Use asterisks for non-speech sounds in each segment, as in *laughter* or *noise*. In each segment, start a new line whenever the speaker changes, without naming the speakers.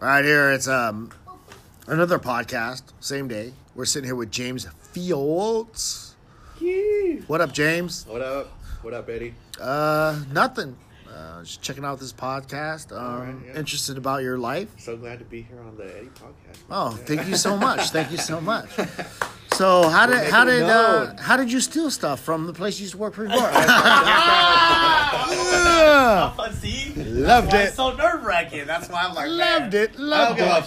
Right here, it's um another podcast, same day. We're sitting here with James Fields. What up, James?
What up? What up, Eddie?
Uh, nothing. Uh, just checking out this podcast. Um,
Alright, yeah.
interested about your life.
So glad to be here on the Eddie podcast.
Oh, thank you
*laughs*
so much. thank you so much. So how did how
making
did
it
uh,
known.
how did you steal stuff from the place you used to work before?
But *laughs* see,
Ah! Loved
why it's so nerve wracking. That's why I'm like,
Loved
man,
it. Loved
Okay.
it.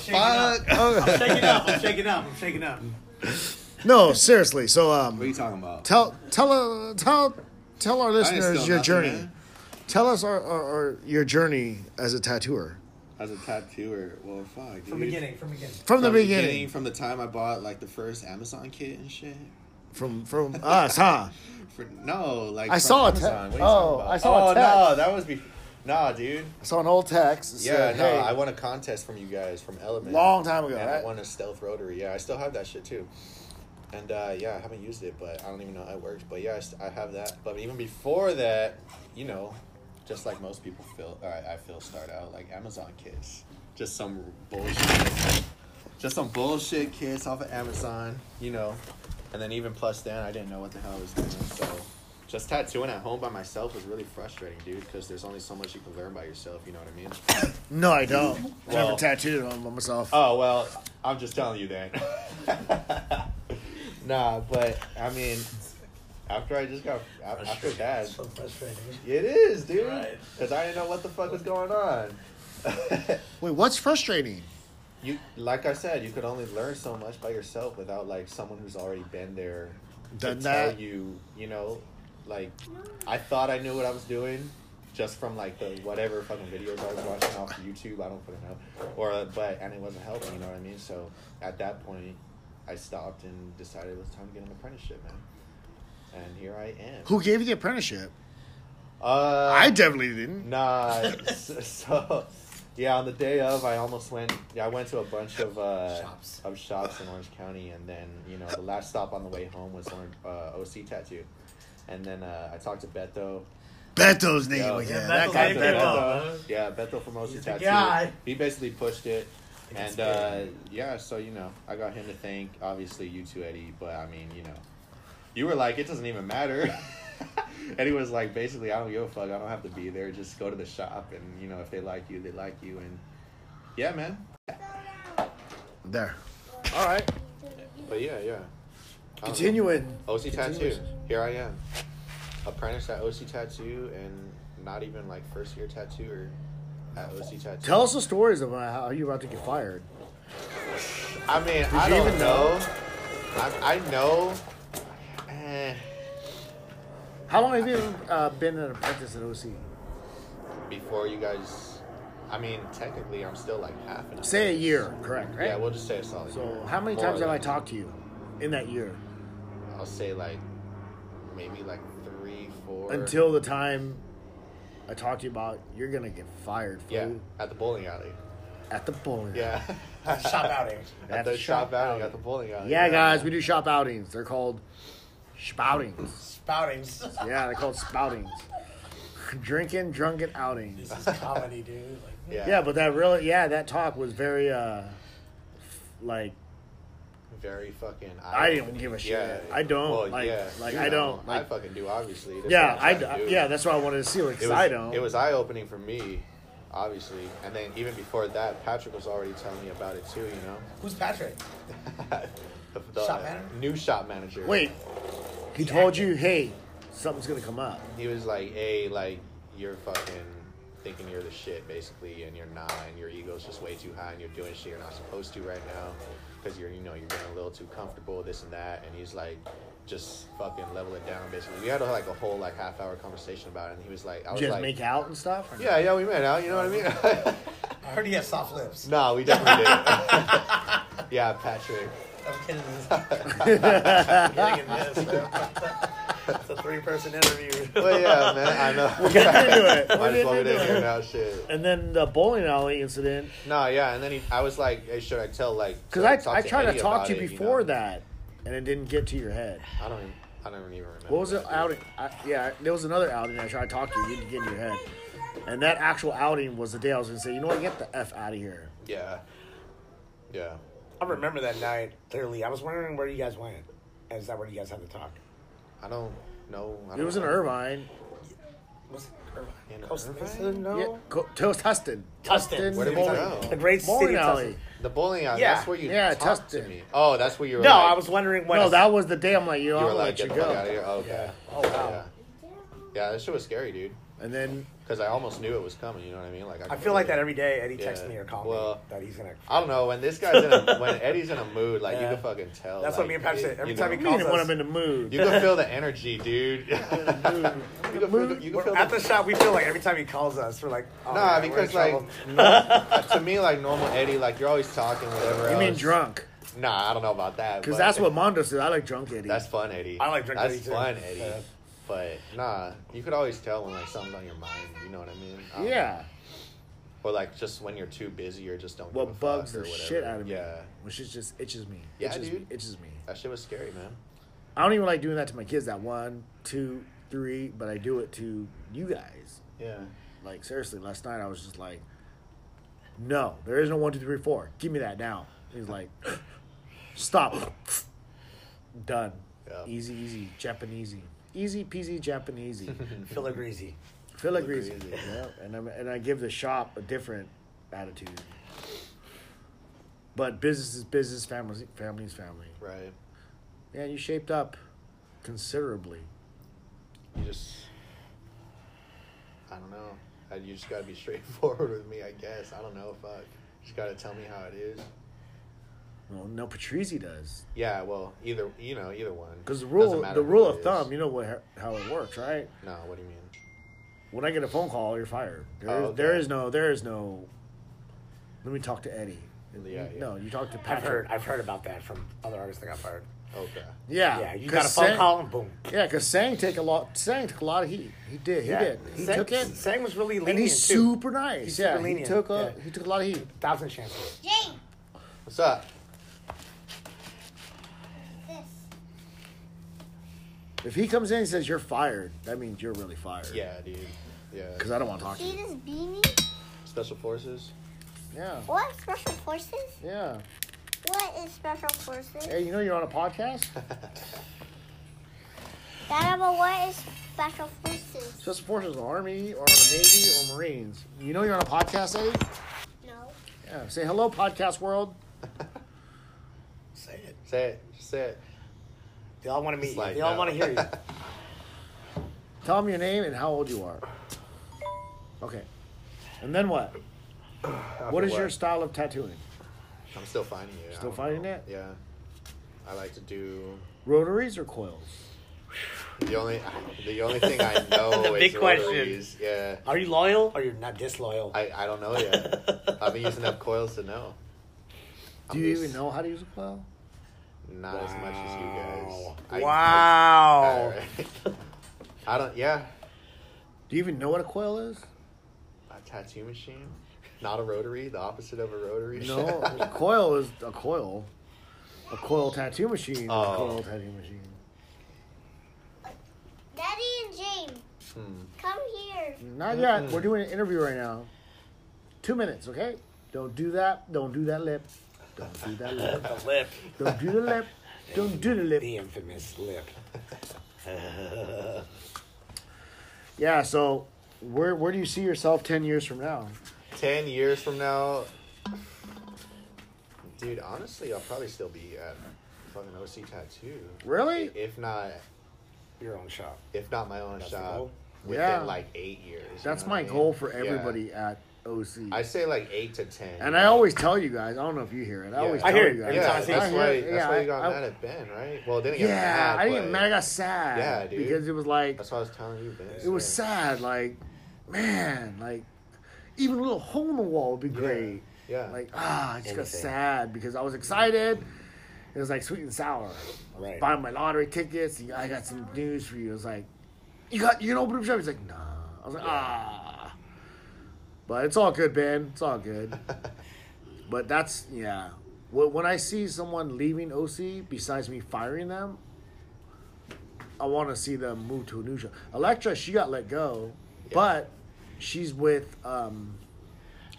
Oh, fuck. I'm shaking up. I'm shaking up. I'm shaking up.
No, seriously. So um,
What are you talking about?
tell tell uh, tell tell our
still
listeners your
nothing,
journey.
man.
Tell us our, our, our your journey as a tattooer
As a tattooer, well, fuck, dude.
From beginning. From beginning.
from, the
the
beginning,
from the time I bought like the first Amazon kit and shit.
from from us, huh?
For, no, like
I
from
saw a te-
Amazon. What are you
oh,
talking about?
I saw a
Oh, no,
text.
that was before. Nah, dude.
*laughs* So an old text. that
Yeah,
said,
no,
hey,
I won a contest from you guys from Element.
Long time ago,
And
right?
I won a stealth rotary. Yeah, I still have that shit too. And uh, yeah, I haven't used it, but I don't even know how it works. But yeah, I, st- I have that. But even before that, you know, just like most people feel, or I, I feel start out like Amazon kits, just some bullshit, just some bullshit kits off of Amazon, you know. And then even plus then, I didn't know what the hell I was doing. So just tattooing at home by myself was really frustrating, dude, because there's only so much you can learn by yourself. You know what I mean?
no, I *laughs* don't. I never
Well-
tattooed on myself.
Oh well, I'm just telling you then. *laughs* nah, but I mean, after I just got a- after that,
So frustrating.
it is, dude.
Right.
Because I didn't know what the fuck was going on. *laughs*
Wait, what's frustrating?
you, like I said, you could only learn so much by yourself without like someone who's already been there
Done
to
that.
tell you. You know, like I thought I knew what I was doing. Just from like the whatever fucking videos I was watching off YouTube, I don't fucking know, or uh, but and it wasn't helping, you know what I mean. So at that point, I stopped and decided it was time to get an apprenticeship, man. And here I am.
Who gave you the apprenticeship?
Uh,
I definitely didn't.
Nah. so, so, yeah, on the day of, I almost went. Yeah, I went to a bunch of uh,
Shops.
of shops in Orange County, and then you know the last stop on the way home was Orange, uh, OC Tattoo, and then uh, I talked to Beto.
Beto's name
Yo.
again.
Yeah,
that
Beto's
guy.
name,
Beto,
Beto.
Beto.
Yeah, Beto from OC
He's the
Tattoo.
guy.
He basically pushed it.
It's
And uh, yeah, so you know, I got him to thank. Obviously, you too, Eddie. But I mean, you know, you were like, it doesn't even matter. *laughs* Eddie was like, basically, I don't give a fuck. I don't have to be there. Just go to the shop, and you know, if they like you, they like you. And yeah, man.
There. All right.
But yeah, yeah.
Uh,
I don't
Continuing.
know. OC Tattoo.
Continuous.
Here I am, apprentice at OC Tattoo, and not even like first year tattooer at OC Tattoo.
Tell us the stories of uh, how you about to get fired.
I mean, I
you
don't
even know?
know. I, I know. eh,
How long have you uh, been an apprentice at OC?
before you guys, I mean, technically, I'm still like half an.
Say a year, correct? Right.
Yeah, we'll just say a solid.
so
year.
how many
More
times
or
have I
less.
talked to you in that year
I'll say like maybe like three, four.
until the time I talked to you about you're gonna get fired fool,
yeah, at the bowling alley.
at the bowling.
Yeah. *laughs*
Shop outing.
At the shop alley, at the bowling alley.
Yeah, guys, we do shop outings. They're called spoutings.
Spoutings.
yeah, they're called spoutings. Drinking, drunken outings.
This is comedy, dude. Like,
Yeah.
Yeah, but that really, yeah, that talk was very, uh like
Very fucking.
I didn't give a shit. I don't, like- like,
you
I
know,
don't, like-
I fucking do, obviously. That's
Yeah,
what
I,
I'm trying to do.
yeah, that's what I wanted to see. Like, 'cause
it was,
I don't.
It was eye opening for me, obviously. And then even before that, Patrick was already telling me about it too. You know,
who's Patrick?
*laughs* the, the
Shop manager?
new shop manager.
Wait, he told you, hey, something's gonna come up.
he was like, "Hey, like you're fucking thinking you're the shit, basically, and you're not, and your ego's just way too high, and you're doing shit you're not supposed to right now, because you're, you know, you're getting a little too comfortable, this and that." And he's like, "Just fucking level it down, basically." We had like a whole like half hour conversation about it, and he was like, "I
Did
was
you guys
like,
make out and stuff? or no? *laughs*
yeah, yeah, we met out, you know what I mean?" *laughs*
I heard he has soft lips.
No, we definitely did. *laughs* yeah, Patrick.
I'm kidding. *laughs* I'm kidding this, man. It's a three-person interview.
But yeah, man, I know. We're
getting into it. We're
*laughs* Might as
getting
well get in
into *laughs*
here
it.
now, shit.
And then the bowling alley incident,
No, yeah, and then he, I was like, hey, should I tell like?
because
should
I, I tried to
Eddie
talk
about
to
it,
you
know?
before that, and it didn't get to your head.
I don't, even, I don't even remember.
What was the
that, dude.
outing? I, yeah, there was another outing I tried to talk to you, it didn't get in your head. And that actual outing was the day I was going to say, you know what, get the F out of here.
Yeah. Yeah.
I remember that night clearly. I was wondering where you guys went. Is that where you guys had the talk?
I don't know. I don't
It was in
know.
Irvine.
Was it Irvine?
In
Oh,
Costa
Irvine?
Mesa? No.
Yeah, co- Toast Tustin.
Tustin.
Where did
Bowling-
we go?
The great
Bowling
city of
alley.
Tustin.
The bowling alley.
Yeah.
That's where you
Yeah,
talked
Tustin.
to me. Oh, that's where you were.
No,
like-
I was wondering when.
No, that was the day I'm like, you know,
You were
I'll let
like,
you
get the fuck out of
go.
here. Oh, okay.
Oh wow.
Yeah. Yeah, that shit was scary, dude.
And then
Because I almost knew it was coming. You know what I mean? Like
I feel like that every day. Eddie texts
Yeah.
me or calls me
Well,
that he's gonna.
I don't know when this guy's in
*laughs*
a, when Eddie's in a mood like
Yeah.
you can fucking tell.
That's
like,
what me and Pat
it-
said. Every
you
time
know,
we
he calls
didn't want
us,
him in the mood.
you can feel the energy,
*laughs*
dude. you can feel the, *laughs* you can feel
at the
the
shop, we feel like every time he calls us, we're like,
*laughs*
oh,
Nah,
man, we're in
because like
trouble.
*laughs* no- to me, like normal Eddie, like you're always talking, whatever.
You mean
else.
drunk?
Nah, I don't know about that.
Because
but-
that's what Mondo said. I like drunk Eddie.
*laughs* That's fun, Eddie.
I like drinking
That's
Eddie, too.
fun, Eddie.
Yeah.
But nah, you could always tell when like something's on your mind. You know what I mean? I don't
yeah.
know. Or like just when you're too busy or just don't. give a
What bugs
fuck
the
or whatever.
shit out of me?
Yeah,
Which is just itches me.
Yeah,
itches Me,
dude.
itches me.
that shit was scary, man.
I don't even like doing that to my kids. That one, two, three, but I do it to you guys.
Yeah.
Like seriously, last night I was just like, no, there is no one, two, three, four. Give me that now. He's like, stop. Done.
Yeah.
Easy, easy, Japanesey. Easy peasy Japanesey.
Phil greasy.
Filigree.
Filigree.
Yeah, and I'm, and I give the shop a different attitude. But business is business, family family is family.
Right.
Man, you shaped up considerably.
You just. I don't know. I, you just gotta be *laughs* straightforward with me, I guess. I don't know. Fuck. Just gotta tell me how it is.
Well, no, Patrizzi does
Yeah. Well, either you know, either one.
because the
Doesn't
rule
matter
the
who
rule
it
of
is.
thumb. You know what how it works, right?
No. What do you mean?
When I get a phone call, you're fired. There,
Oh,
is- there
okay.
is no there is no. Let me talk to Eddie.
Yeah, yeah.
No, you talk to
I've
Patrick.
heard. I've heard about that from other artists that got fired.
Okay.
Yeah,
Yeah, you
'cause
got a phone
Sang-
call and boom.
Yeah, because Sang take a lot. Sang took a lot of heat. He did. He
yeah.
did. He
Sang,
took it.
Sang was really lenient
and he's
too.
super nice.
He's
yeah,
super lenient,
he took a
yeah.
he took a lot of heat.
Thousand chances.
James,
What's up?
this.
If he comes in and says you're fired, that means you're really fired.
Yeah, dude. Yeah.
because I don't want to talk to
See
you.
this beanie?
Special forces.
Yeah,
What special forces?
yeah.
What is special forces?
Hey, you know you're on a podcast.
Dad, but what is special forces?
Special forces, the army or the navy or marines. You know you're on a podcast, Eddie.
No.
Yeah. Say hello, podcast world.
Say it.
Say it. Just say it.
They all want to meet
It's
you.
like,
They all
no.
want to hear
*laughs*
you.
Tell them your name and how old you are. Okay. And then what? what is
what?
your style of tattooing?
I'm still finding it. I
Still
don't
finding
know.
it?
Yeah. I like to do
Rotaries or coils?
the only *sighs* the only thing
*laughs*
I know
The
is
big question.
rotaries. Yeah.
Are you loyal or you're not disloyal?
I, I don't know
*laughs*
yet. I've been using up coils to know.
Do
I'm
you
just
even know how to use a coil?
Not as much as you guys. I-
Wow.
Alright. *laughs* I don't. Yeah.
Do you even know what a coil
*laughs*
is?
A tattoo machine. Not a rotary. The opposite of a rotary.
No,
*laughs*
a *laughs* coil is a coil. A coil tattoo machine. is A
Oh.
coil tattoo machine.
Daddy and James,
Hmm.
come here.
Not
Mm-hmm.
yet. We're doing an interview right now. Two minutes, okay? Don't do that. Don't do that lip. Don't do that lip.
the lip.
Don't do the lip. Don't do the
The
lip.
infamous
*laughs*
lip.
Yeah. So, where where do you see yourself ten years from now?
Ten years from now, dude. Honestly, I'll probably still be at fucking OC Tattoo.
Really?
If not,
Your own shop.
if not my own
That's the
shop,
goal?
within
Yeah.
like eight years. you
That's
know what
my
I mean?
goal for
Yeah.
everybody at OC.
I say like eight to ten.
and I always tell you guys. I don't know if you hear it. I
Yeah.
always
I
tell you
hear it
guys.
every
Yeah,
time I
that's
see
I hear
why.
it.
that's
Yeah,
why you got
I-
mad at Ben, right? Well, didn't
Yeah,
get mad.
I didn't get
but
mad. I got sad.
Yeah, dude.
Because it was like
That's what I was telling you, Ben.
it was
Yeah.
sad. Like, man, like even a little hole in the wall would be great.
Yeah.
Like ah, I just got
Anything.
sad because I was excited. It was like sweet and sour. I was
Right.
Buying my lottery tickets. I got some news for you. It was like, you got you can open up shop. He's like, nah. I was like, ah. But it's all good, Ben. It's all good. but that's yeah. Wh- When I see someone leaving OC, besides me firing them, I want to see them move to a new show. Electra, she got let go, but she's with um,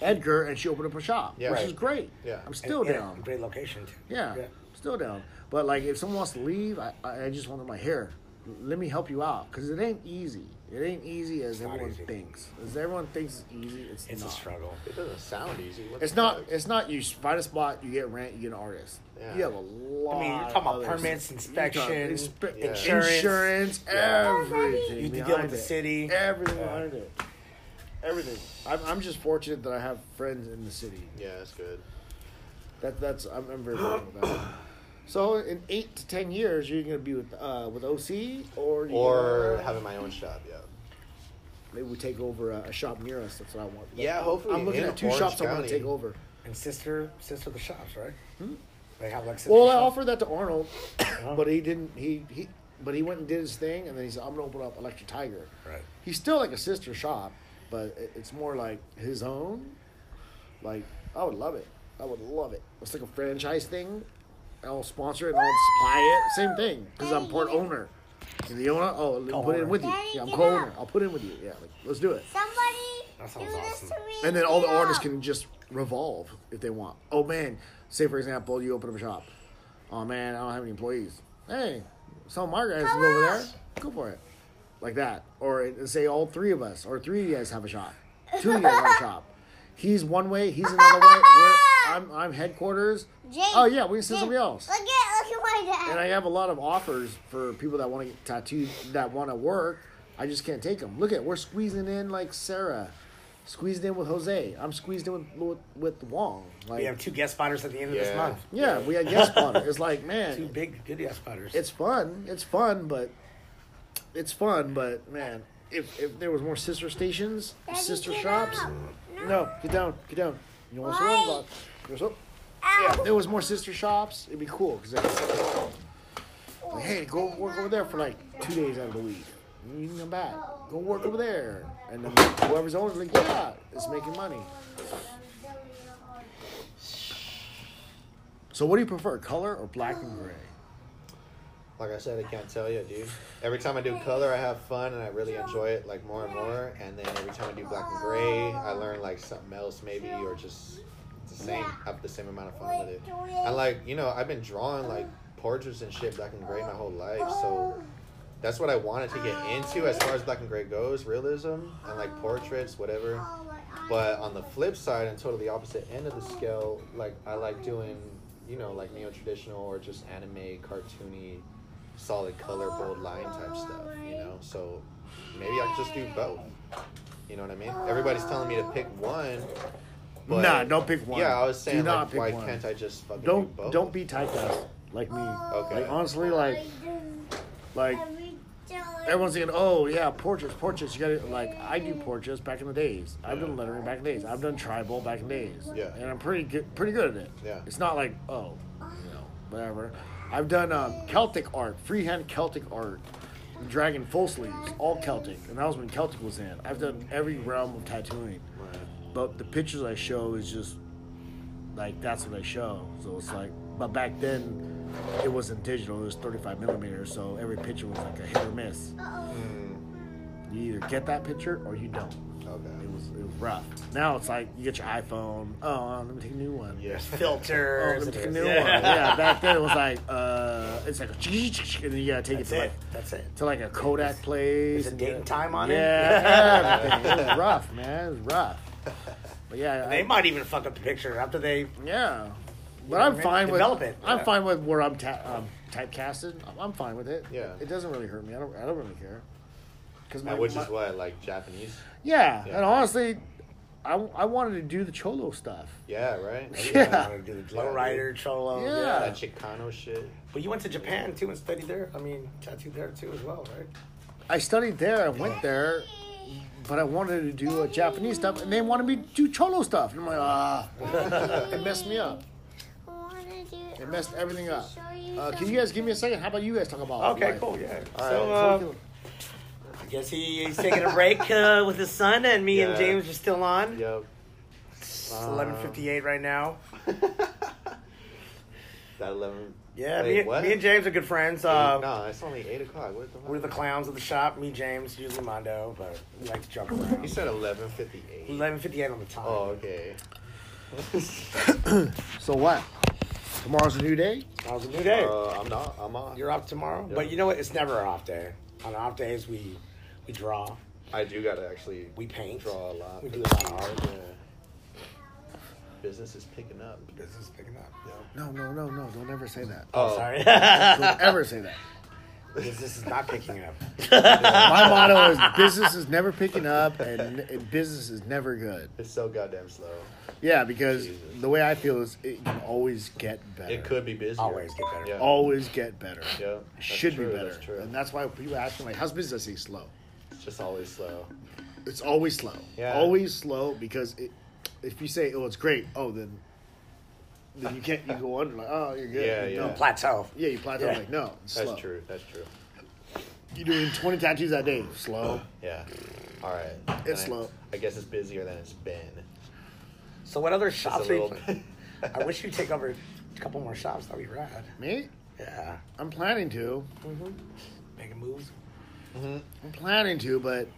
Edgar, and she opened up a shop,
Yeah.
which
Right.
is great.
Yeah.
I'm still
And- and a
down.
Great location. Too.
Yeah, still down. But like, if someone wants to leave, I, I I just want them like here. l- Let me help you out because it ain't easy. It ain't easy as
not
everyone
easy.
thinks. As everyone thinks it's easy, it's,
It's
not.
a struggle.
It doesn't sound easy. What
It's
the
not.
fuck?
It's not. You find a spot, you get rent, you get an artist.
Yeah.
You have a lot.
I mean, you're talking about
of other-
permits,
you got
inspection,
inspe-
yeah.
insurance.
insurance, everything.
You have to deal
behind
with the
it.
city.
Everything
Yeah.
behind it. Everything. I'm, I'm just fortunate that I have friends in the city.
Yeah, that's good.
That that's I'm, I'm very grateful about.
*clears throat*
That. So in eight to ten years, you're gonna be with uh, with OC or you
Or
gonna-
having my own shop. Yeah.
maybe we take over a, a shop near us. That's what I want.
Yeah, hopefully
I'm looking
in
at two
Orange
shops I want
County.
to take over.
And sister, sister of the shops, right? They have like sister
Hmm? Well, I
shops.
offered that to Arnold, but he didn't. He he. But he went and did his thing, and then he said, "I'm gonna open up Electric Tiger."
Right.
He's still like a sister shop, but it- it's more like his own. Like I would love it. I would love it. It's like a franchise thing. I'll sponsor it. and I'll supply it. Same thing because I'm part owner. You're the owner. Oh, let me put it in with you.
Daddy,
Yeah, I'm
get
co-owner.
up.
I'll put in with you. Yeah, like let's do it.
That
Somebody do
sounds
this
awesome.
to me.
And then all the
Get
artists
up.
can just revolve if they want. Oh man, say for example, you open up a shop. Oh man, I don't have any employees. Hey, some of my guys live over there. Go for it, like that. Or it- say all three of us, or three of you guys have a shop. Two of you guys have a shop. He's one way. He's another way. We're, I'm I'm headquarters.
James,
Oh yeah, we can send
James,
somebody else.
Look at look at my dad.
And I have a lot of offers for people that want to get tattooed, that want to work. I just can't take them. Look at we're squeezing in like Sarah, squeezed in with Jose. I'm squeezed in with with, with Wong. Like
We have two guest spotters at the end of this
Yeah.
month.
yeah, we had yes butter. It's like
Two
man,
big good guest spotters.
it's fun. It's fun, but it's fun, but man, if if there was more sister stations,
Daddy,
sister
get
shops,
up.
no. get down, get down. You want
Why?
some You're
Ow.
if there was more sister shops, it'd be cool. 'cause they- like, hey, go work over there for like two days out of the week. You can come back. Go work over there, and then whoever's owner's like, yeah, it's making money. So, what do you prefer, color or black and gray?
Like I said, I can't tell you, dude. Every time I do color, I have fun and I really enjoy it, like more and more. And then every time I do black and gray, I learn like something else, maybe, or just it's the same. I have the same amount of fun with it. And like you know, I've been drawing like portraits and shit, black and gray, my whole life.
Oh,
So that's what I wanted to get into as far as black and gray goes, realism and like portraits, whatever.
oh,
But on the flip side, and totally opposite end of the scale, like I like doing, you know, like neo traditional or just anime, cartoony, solid color, bold line type stuff, you know? So maybe I could just do both. You know what I mean? Everybody's telling me to pick one. but-
Nah, don't pick one.
Yeah, I was
Do
saying,
not
like,
pick
why
one.
can't I just fucking do
Don't
both?
don't be typecast like me.
Okay.
Like honestly, like
Oh,
like everyone's thinking, oh yeah, portraits, portraits. You gotta like I do portraits back in the days. I've done lettering back in the days. I've done tribal back in the days.
Yeah.
and I'm pretty good, pretty good at it.
Yeah.
it's not like oh, you know, whatever. I've done um, Celtic art, freehand Celtic art, dragon full sleeves, all Celtic, and that was when Celtic was in. I've done every realm of tattooing, but the pictures I show is just like that's what I show. So it's like, but back then it wasn't digital. It was 35 millimeters, so every picture was like a hit or miss. You either get that picture or you don't.
Okay.
It was it was rough. Now it's like you get your iPhone. Oh, uh, let me take a new one. *laughs*
Yeah.
Oh,
filters.
let me take a
and
new
there's-
one. Yeah, back then it was like uh, it's like a and then you gotta take
That's
it to
it.
like
That's it.
to like a Kodak place.
There's a
and
date
you-
and time on it.
Yeah, everything. It
*laughs*
was rough, man. It was rough. But yeah,
They
I-
might even fuck up the picture after they.
yeah. But I'm
know what I mean?
fine with
Develop it.
I'm
Yeah.
fine with where I'm ta- um, typecasted. I'm- I'm fine with it.
Yeah.
It doesn't really hurt me. I don't. I don't really care. Because
And which is what, like Japanese?
yeah,
Yeah.
And honestly, I, I wanted to do the cholo stuff.
Yeah, right?
Yeah.
I *laughs* do the lowrider, cholo.
Yeah.
That Chicano shit.
But you went to Japan too and studied there. I mean, tattooed there too as well, right?
I studied there. I went there,
Hmm.
but I wanted to do a Japanese stuff, and they wanted me to do cholo stuff. And I'm like,
*laughs*
ah, it messed me up. It messed everything up. Uh, can you guys give me a second? How about you guys talk about?
Okay,
life?
cool. Yeah.
All
so
right.
uh, I guess he, he's taking a break uh, with his son, and me and
Yeah.
James are still on.
Yep.
It's 11:58 right now.
That eleven.
Yeah,
Wait,
me, and-
what?
me and James are good friends. Uh,
Eight- no, it's only eight o'clock. What the?
We're the
fuck?
clowns of the shop. Me, James, usually Mondo, but we like to jump
You
around.
said eleven fifty-eight.
Eleven fifty-eight on the time.
Oh, okay.
So what? Tomorrow's a new day.
Tomorrow's a new day.
Uh, I'm not. I'm on.
You're off tomorrow,
Yeah.
but you know what? It's never our off day. On off days, we we draw,
I do gotta actually.
we paint,
draw a lot.
we do a lot of art.
Yeah. Business is picking up.
This is picking up.
No, no, no, no. Don't ever say that.
Oh,
Sorry,
*laughs*
*laughs*
Don't ever say that.
this is not picking up.
My motto is business is never picking up and, and business is never good.
It's so goddamn slow.
Yeah, because
Jesus.
the way I feel is it can always get better.
It could be busier.
Always get better.
Yeah.
always get better.
Yeah, that's
Should
true,
be better.
That's true.
And that's why people ask me like, how's business? I say slow.
It's just always slow.
It's always slow.
Yeah.
Always slow because it, if you say, oh, it's great, oh, then then you can't, you go under, like, oh, you're good.
Yeah,
you
yeah.
don't-
Plateau.
yeah, you plateau.
Yeah.
Like, no, it's
That's
slow.
true. That's true.
You're doing 20 tattoos that day.
*clears throat*
Slow.
Yeah. All right.
It's
I-
slow.
I guess it's busier than it's been.
So what other
Just a
shops? Are you
little.
playing? *laughs* I wish you'd take over a couple more shops. That'd be rad.
Me?
Yeah.
I'm planning to.
Mm-hmm. Making moves.
I'm planning to, but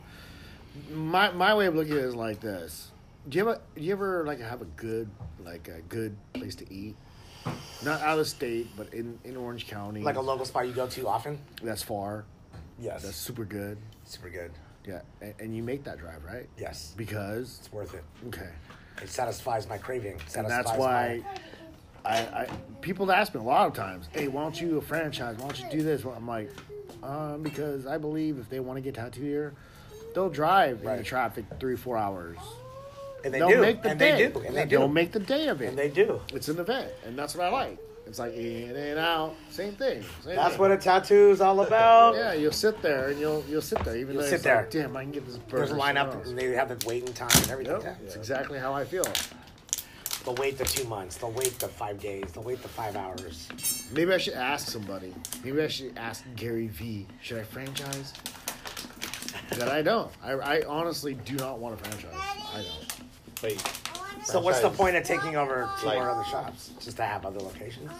my my way of looking at it is like this. Do you ever do you ever like have a good like a good place to eat? Not out of state, but in, in Orange County.
Like a local spot you go to often.
that's far.
Yes.
That's super good.
super good.
Yeah, and, and you make that drive, right?
Yes.
Because
It's worth it.
okay,
It satisfies my craving.
and
Satisfies
that's why I, I people ask me a lot of times, "Hey, why don't you a franchise? Why don't you do this?" Well, I'm like, um, because I believe if they want to get tattooed here, they'll drive in the
Right.
traffic three four hours.
my, and they
they'll
do.
make the
and
day.
they do. And they do.
will make the day of it.
and they do.
it's an event, and that's what I like. It's like in and out, same thing. Same
That's
thing.
what a tattoo is all about.
Yeah, you'll sit there and you'll you'll sit there even
You'll
though
sit
it's like,
there.
Damn, I can get this burger.
There's a lineup,
somewhere
and
else."
they have the waiting time and everything.
Yep,
Yeah.
that's exactly how I feel.
They'll wait the two months. They'll wait the five days. They'll wait the five hours.
Maybe I should ask somebody. Maybe I should ask Gary V. Should I franchise? That I don't. I, I honestly do not want to franchise. I don't.
*laughs* Wait,
So what's the
Franchise.
point of taking over two
Like-
more other shops just to have other locations?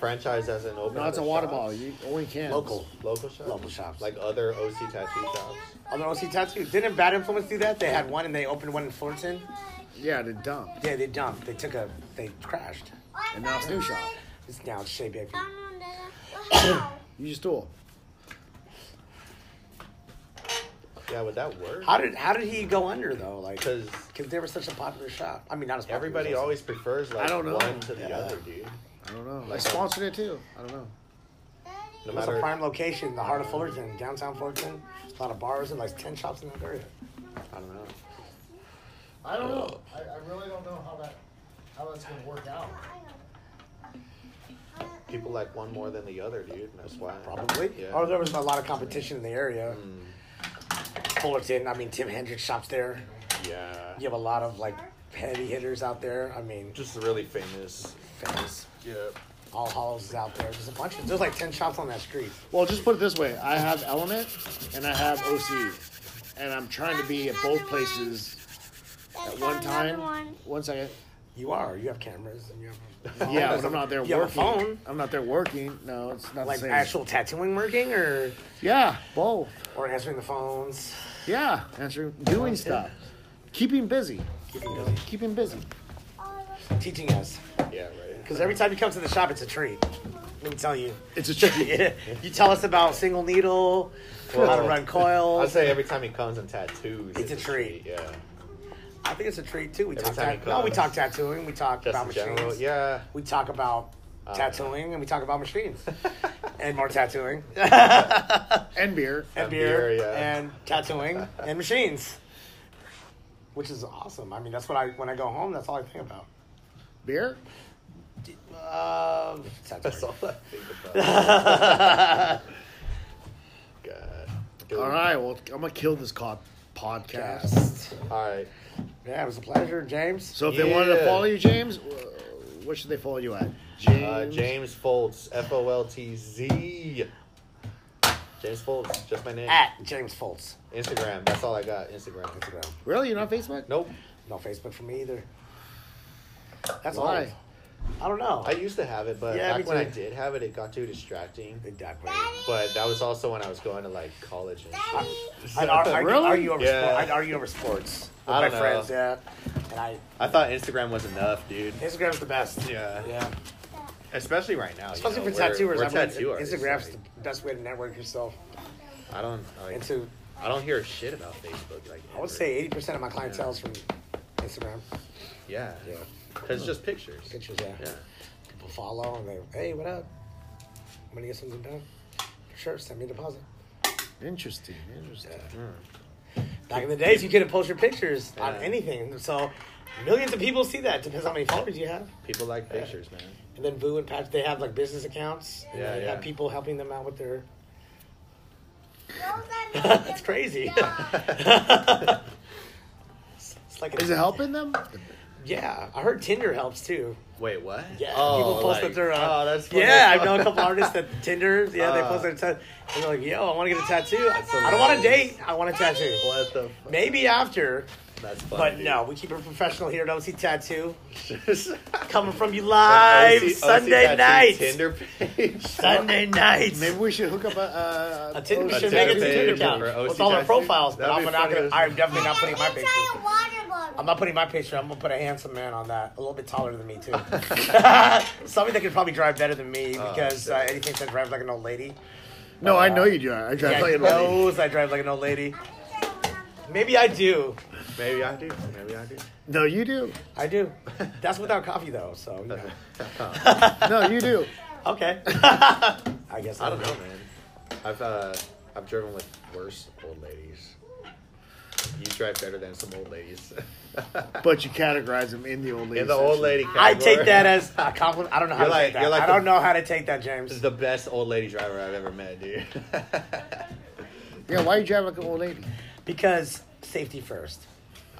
franchise as an open.
No, it's a
other
water
shops?
bottle. You only can
Local.
Local shops.
Local shops.
Like other OC tattoo shops.
Although OC Tattoo didn't Bad Influence do that? They had one and they opened one in Fullerton.
Yeah, to dump.
Yeah, they dumped. They took a. They crashed.
And now it's new shop.
It's now Shea Baby.
*coughs* Use tool.
Yeah, would that work?
How did how did he go under though? Like,
Because
because they were such a popular shop. I mean, not as popular
everybody
as-
always prefers like
I don't know.
one to the
Yeah.
other, dude.
I don't know. I sponsored it too. I don't know.
No
It was a
matter.
prime location, the heart of Fullerton, downtown Fullerton. A lot of bars and like ten shops in that area. I don't know.
I don't know. I, I really don't know how that how that's gonna work out.
People like one more than the other, dude. and That's why.
Probably.
Yeah.
Or there was a lot of competition in the area. Fullerton, I mean, Tim Hendricks shops there.
Yeah.
You have a lot of like heavy hitters out there. I mean,
Just really famous.
famous.
Yeah.
All Halls is out there. There's a bunch of, there's like 10 shops on that street.
Well, just put it this way: I have Element and I have OC, and I'm trying to be at both places at one time. One second.
You are. You have cameras and you
*laughs*
have. a
Yeah,
phone.
but I'm not there
You have a
working.
phone?
I'm not there working. No, it's not
Like
the same.
actual tattooing working or
yeah, both.
or answering the phones.
Yeah, answering, doing stuff, keeping busy,
Keeping busy.
keeping busy.
Teaching us.
Yeah. Right.
Because every time you come to the shop, it's a treat. Let me tell you. *laughs*
It's a tricky.
you tell us about single needle, how to
Well, *laughs*
run
I'd
coils.
say every time he comes in tattoos,
It's a treat.
Yeah.
I think it's a treat too. We
Every
talk
time
tat-
he
no, we
comes.
talk tattooing. We talk
Just
about
in
machines.
general. Yeah. Uh,
We talk about tattooing and we talk
*laughs*
about machines and more tattooing
And beer.
*laughs* and
And beer,
beer
yeah.
and
*laughs*
tattooing and machines, which is awesome. I mean, that's what I when I go home. That's all I think about.
Beer?
Uh,
That's
tattooing.
all I think about. God. Dude.
All right. Well, I'm gonna kill this co- podcast.
Yes.
All right.
Yeah, it was a pleasure, James.
So if they wanted to
Yeah.
follow you, James, wh- what should they follow you at? James.
Uh, James Foltz, F O L T Z. James Foltz, just my name.
At James Foltz.
Instagram. That's all I got. Instagram.
Instagram.
Really? You're not on Facebook?
Nope.
No Facebook for me either. That's all.
Why?
I don't know.
I used to have it, but
Yeah, me
back when I
too.
did have it, it got too distracting.
exactly.
Daddy.
But that was also when I was going to like college and shit.
Daddy.
*laughs*
I'd ar- argue,
Really?
argue over
Yeah.
sport. I'd argue over sports with
I
my
don't know.
friends. Yeah, and I
I thought Instagram was enough, dude.
Instagram's the best.
Yeah,
Yeah,
especially right now. you know,
especially for
we're-
tattooers.
we're
I believe
tattoo artists,
Instagram's
like,
the best way to network yourself.
I don't. Like,
And so
I don't hear shit about Facebook. Like
I would
ever.
say eighty percent of my clientele is from Instagram
Yeah.
Yeah.
Cause it's just pictures.
pictures. Yeah.
Yeah.
people follow and they, hey, what up? I'm gonna get something done. Sure, send me a deposit.
Interesting. Interesting.
Back in the days, you couldn't post your pictures on
Yeah.
anything, so millions of people see that. Depends how many followers you have.
People like pictures, man.
And then Boo and Patch, they have like business accounts. And
Yeah,
they
yeah.
have people helping them out
*laughs*
with their.
Roll that
*laughs*
man.
That's crazy. *laughs*
Yeah.
It's like
Is it helping them?
Yeah, I heard Tinder helps too.
Wait, what?
Yeah, people post that they're. Uh,
oh, that's funny.
yeah, I know a couple artists that Tinder. Yeah, they
Uh.
post their tattoo. And they're like, "Yo, I want to get a tattoo.
That's
I don't want to date. I want a tattoo.
*laughs* What the? Fuck?
Maybe after,
That's funny.
but
dude.
no,
*laughs*
we keep it professional here. Don't see tattoo
Just-
coming from you live
OC
Sunday
tattoo
night.
Tinder page.
Sunday night.
Maybe we should hook up a. Uh,
A Tinder, we
A
should
Tinder
make it a Tinder
page
account
for OC
with all our
tattoo?
profiles. But
That'd
I'm
be
not
funny
gonna.
as-
I'm definitely not
Daddy,
putting my
try
picture.
a water bottle.
I'm not putting my picture. I'm gonna put a handsome man on that, a little bit taller than me
*laughs*
too. *laughs* Somebody that could probably drive better than me because uh,
Oh, shit.
anything that drives like an old lady.
no, I know you do. I try to
Yeah,
play
he
it already.
knows I drive like an old lady.
I'm gonna try one
Maybe I do.
Maybe I do. Maybe I do.
No, you do.
*laughs*
I do. That's without coffee though. So you know.
No, you do.
okay. *laughs* I guess
I don't know, man. I've uh, I've driven with worse old ladies. You drive better than some old ladies. *laughs*
But you categorize them in the old lady.
In the old
section.
lady
I
category.
take that as a compliment. I don't know how
You're
to
like-
take that.
you're like
I don't
the-
know how to take that, James.
the best old lady driver I've ever met, dude. *laughs*
Yeah, why you drive like an old lady?
Because safety first.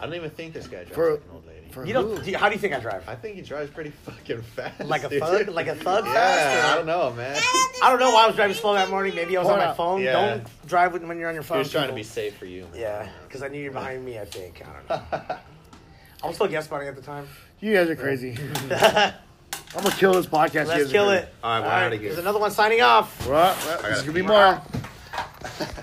I don't even think this guy drives
For-
like an old lady.
For
You
who?
don't. Do you- how do you think I drive?
I think he drives pretty fucking fast.
Like
*laughs*
a
dude.
thug? Like a thug?
Yeah,
fast, or-
I don't know, man.
time.
I don't know why I was driving slow that morning. Maybe I was on
Hold
my
up.
phone.
Yeah.
Don't drive when when you're on your
He
phone.
was trying to be
people.
safe for you, man.
Yeah, because I knew you're behind me. I think I
*laughs*
don't know. I was still guest spotting at the time.
You guys are
*laughs*
crazy. I'm gonna kill this podcast. you guys
Let's
are
kill
crazy.
it.
All right, we're outta here.
There's another one signing off.
Well, well,
I
there's gonna
gotta
be
pee.
more.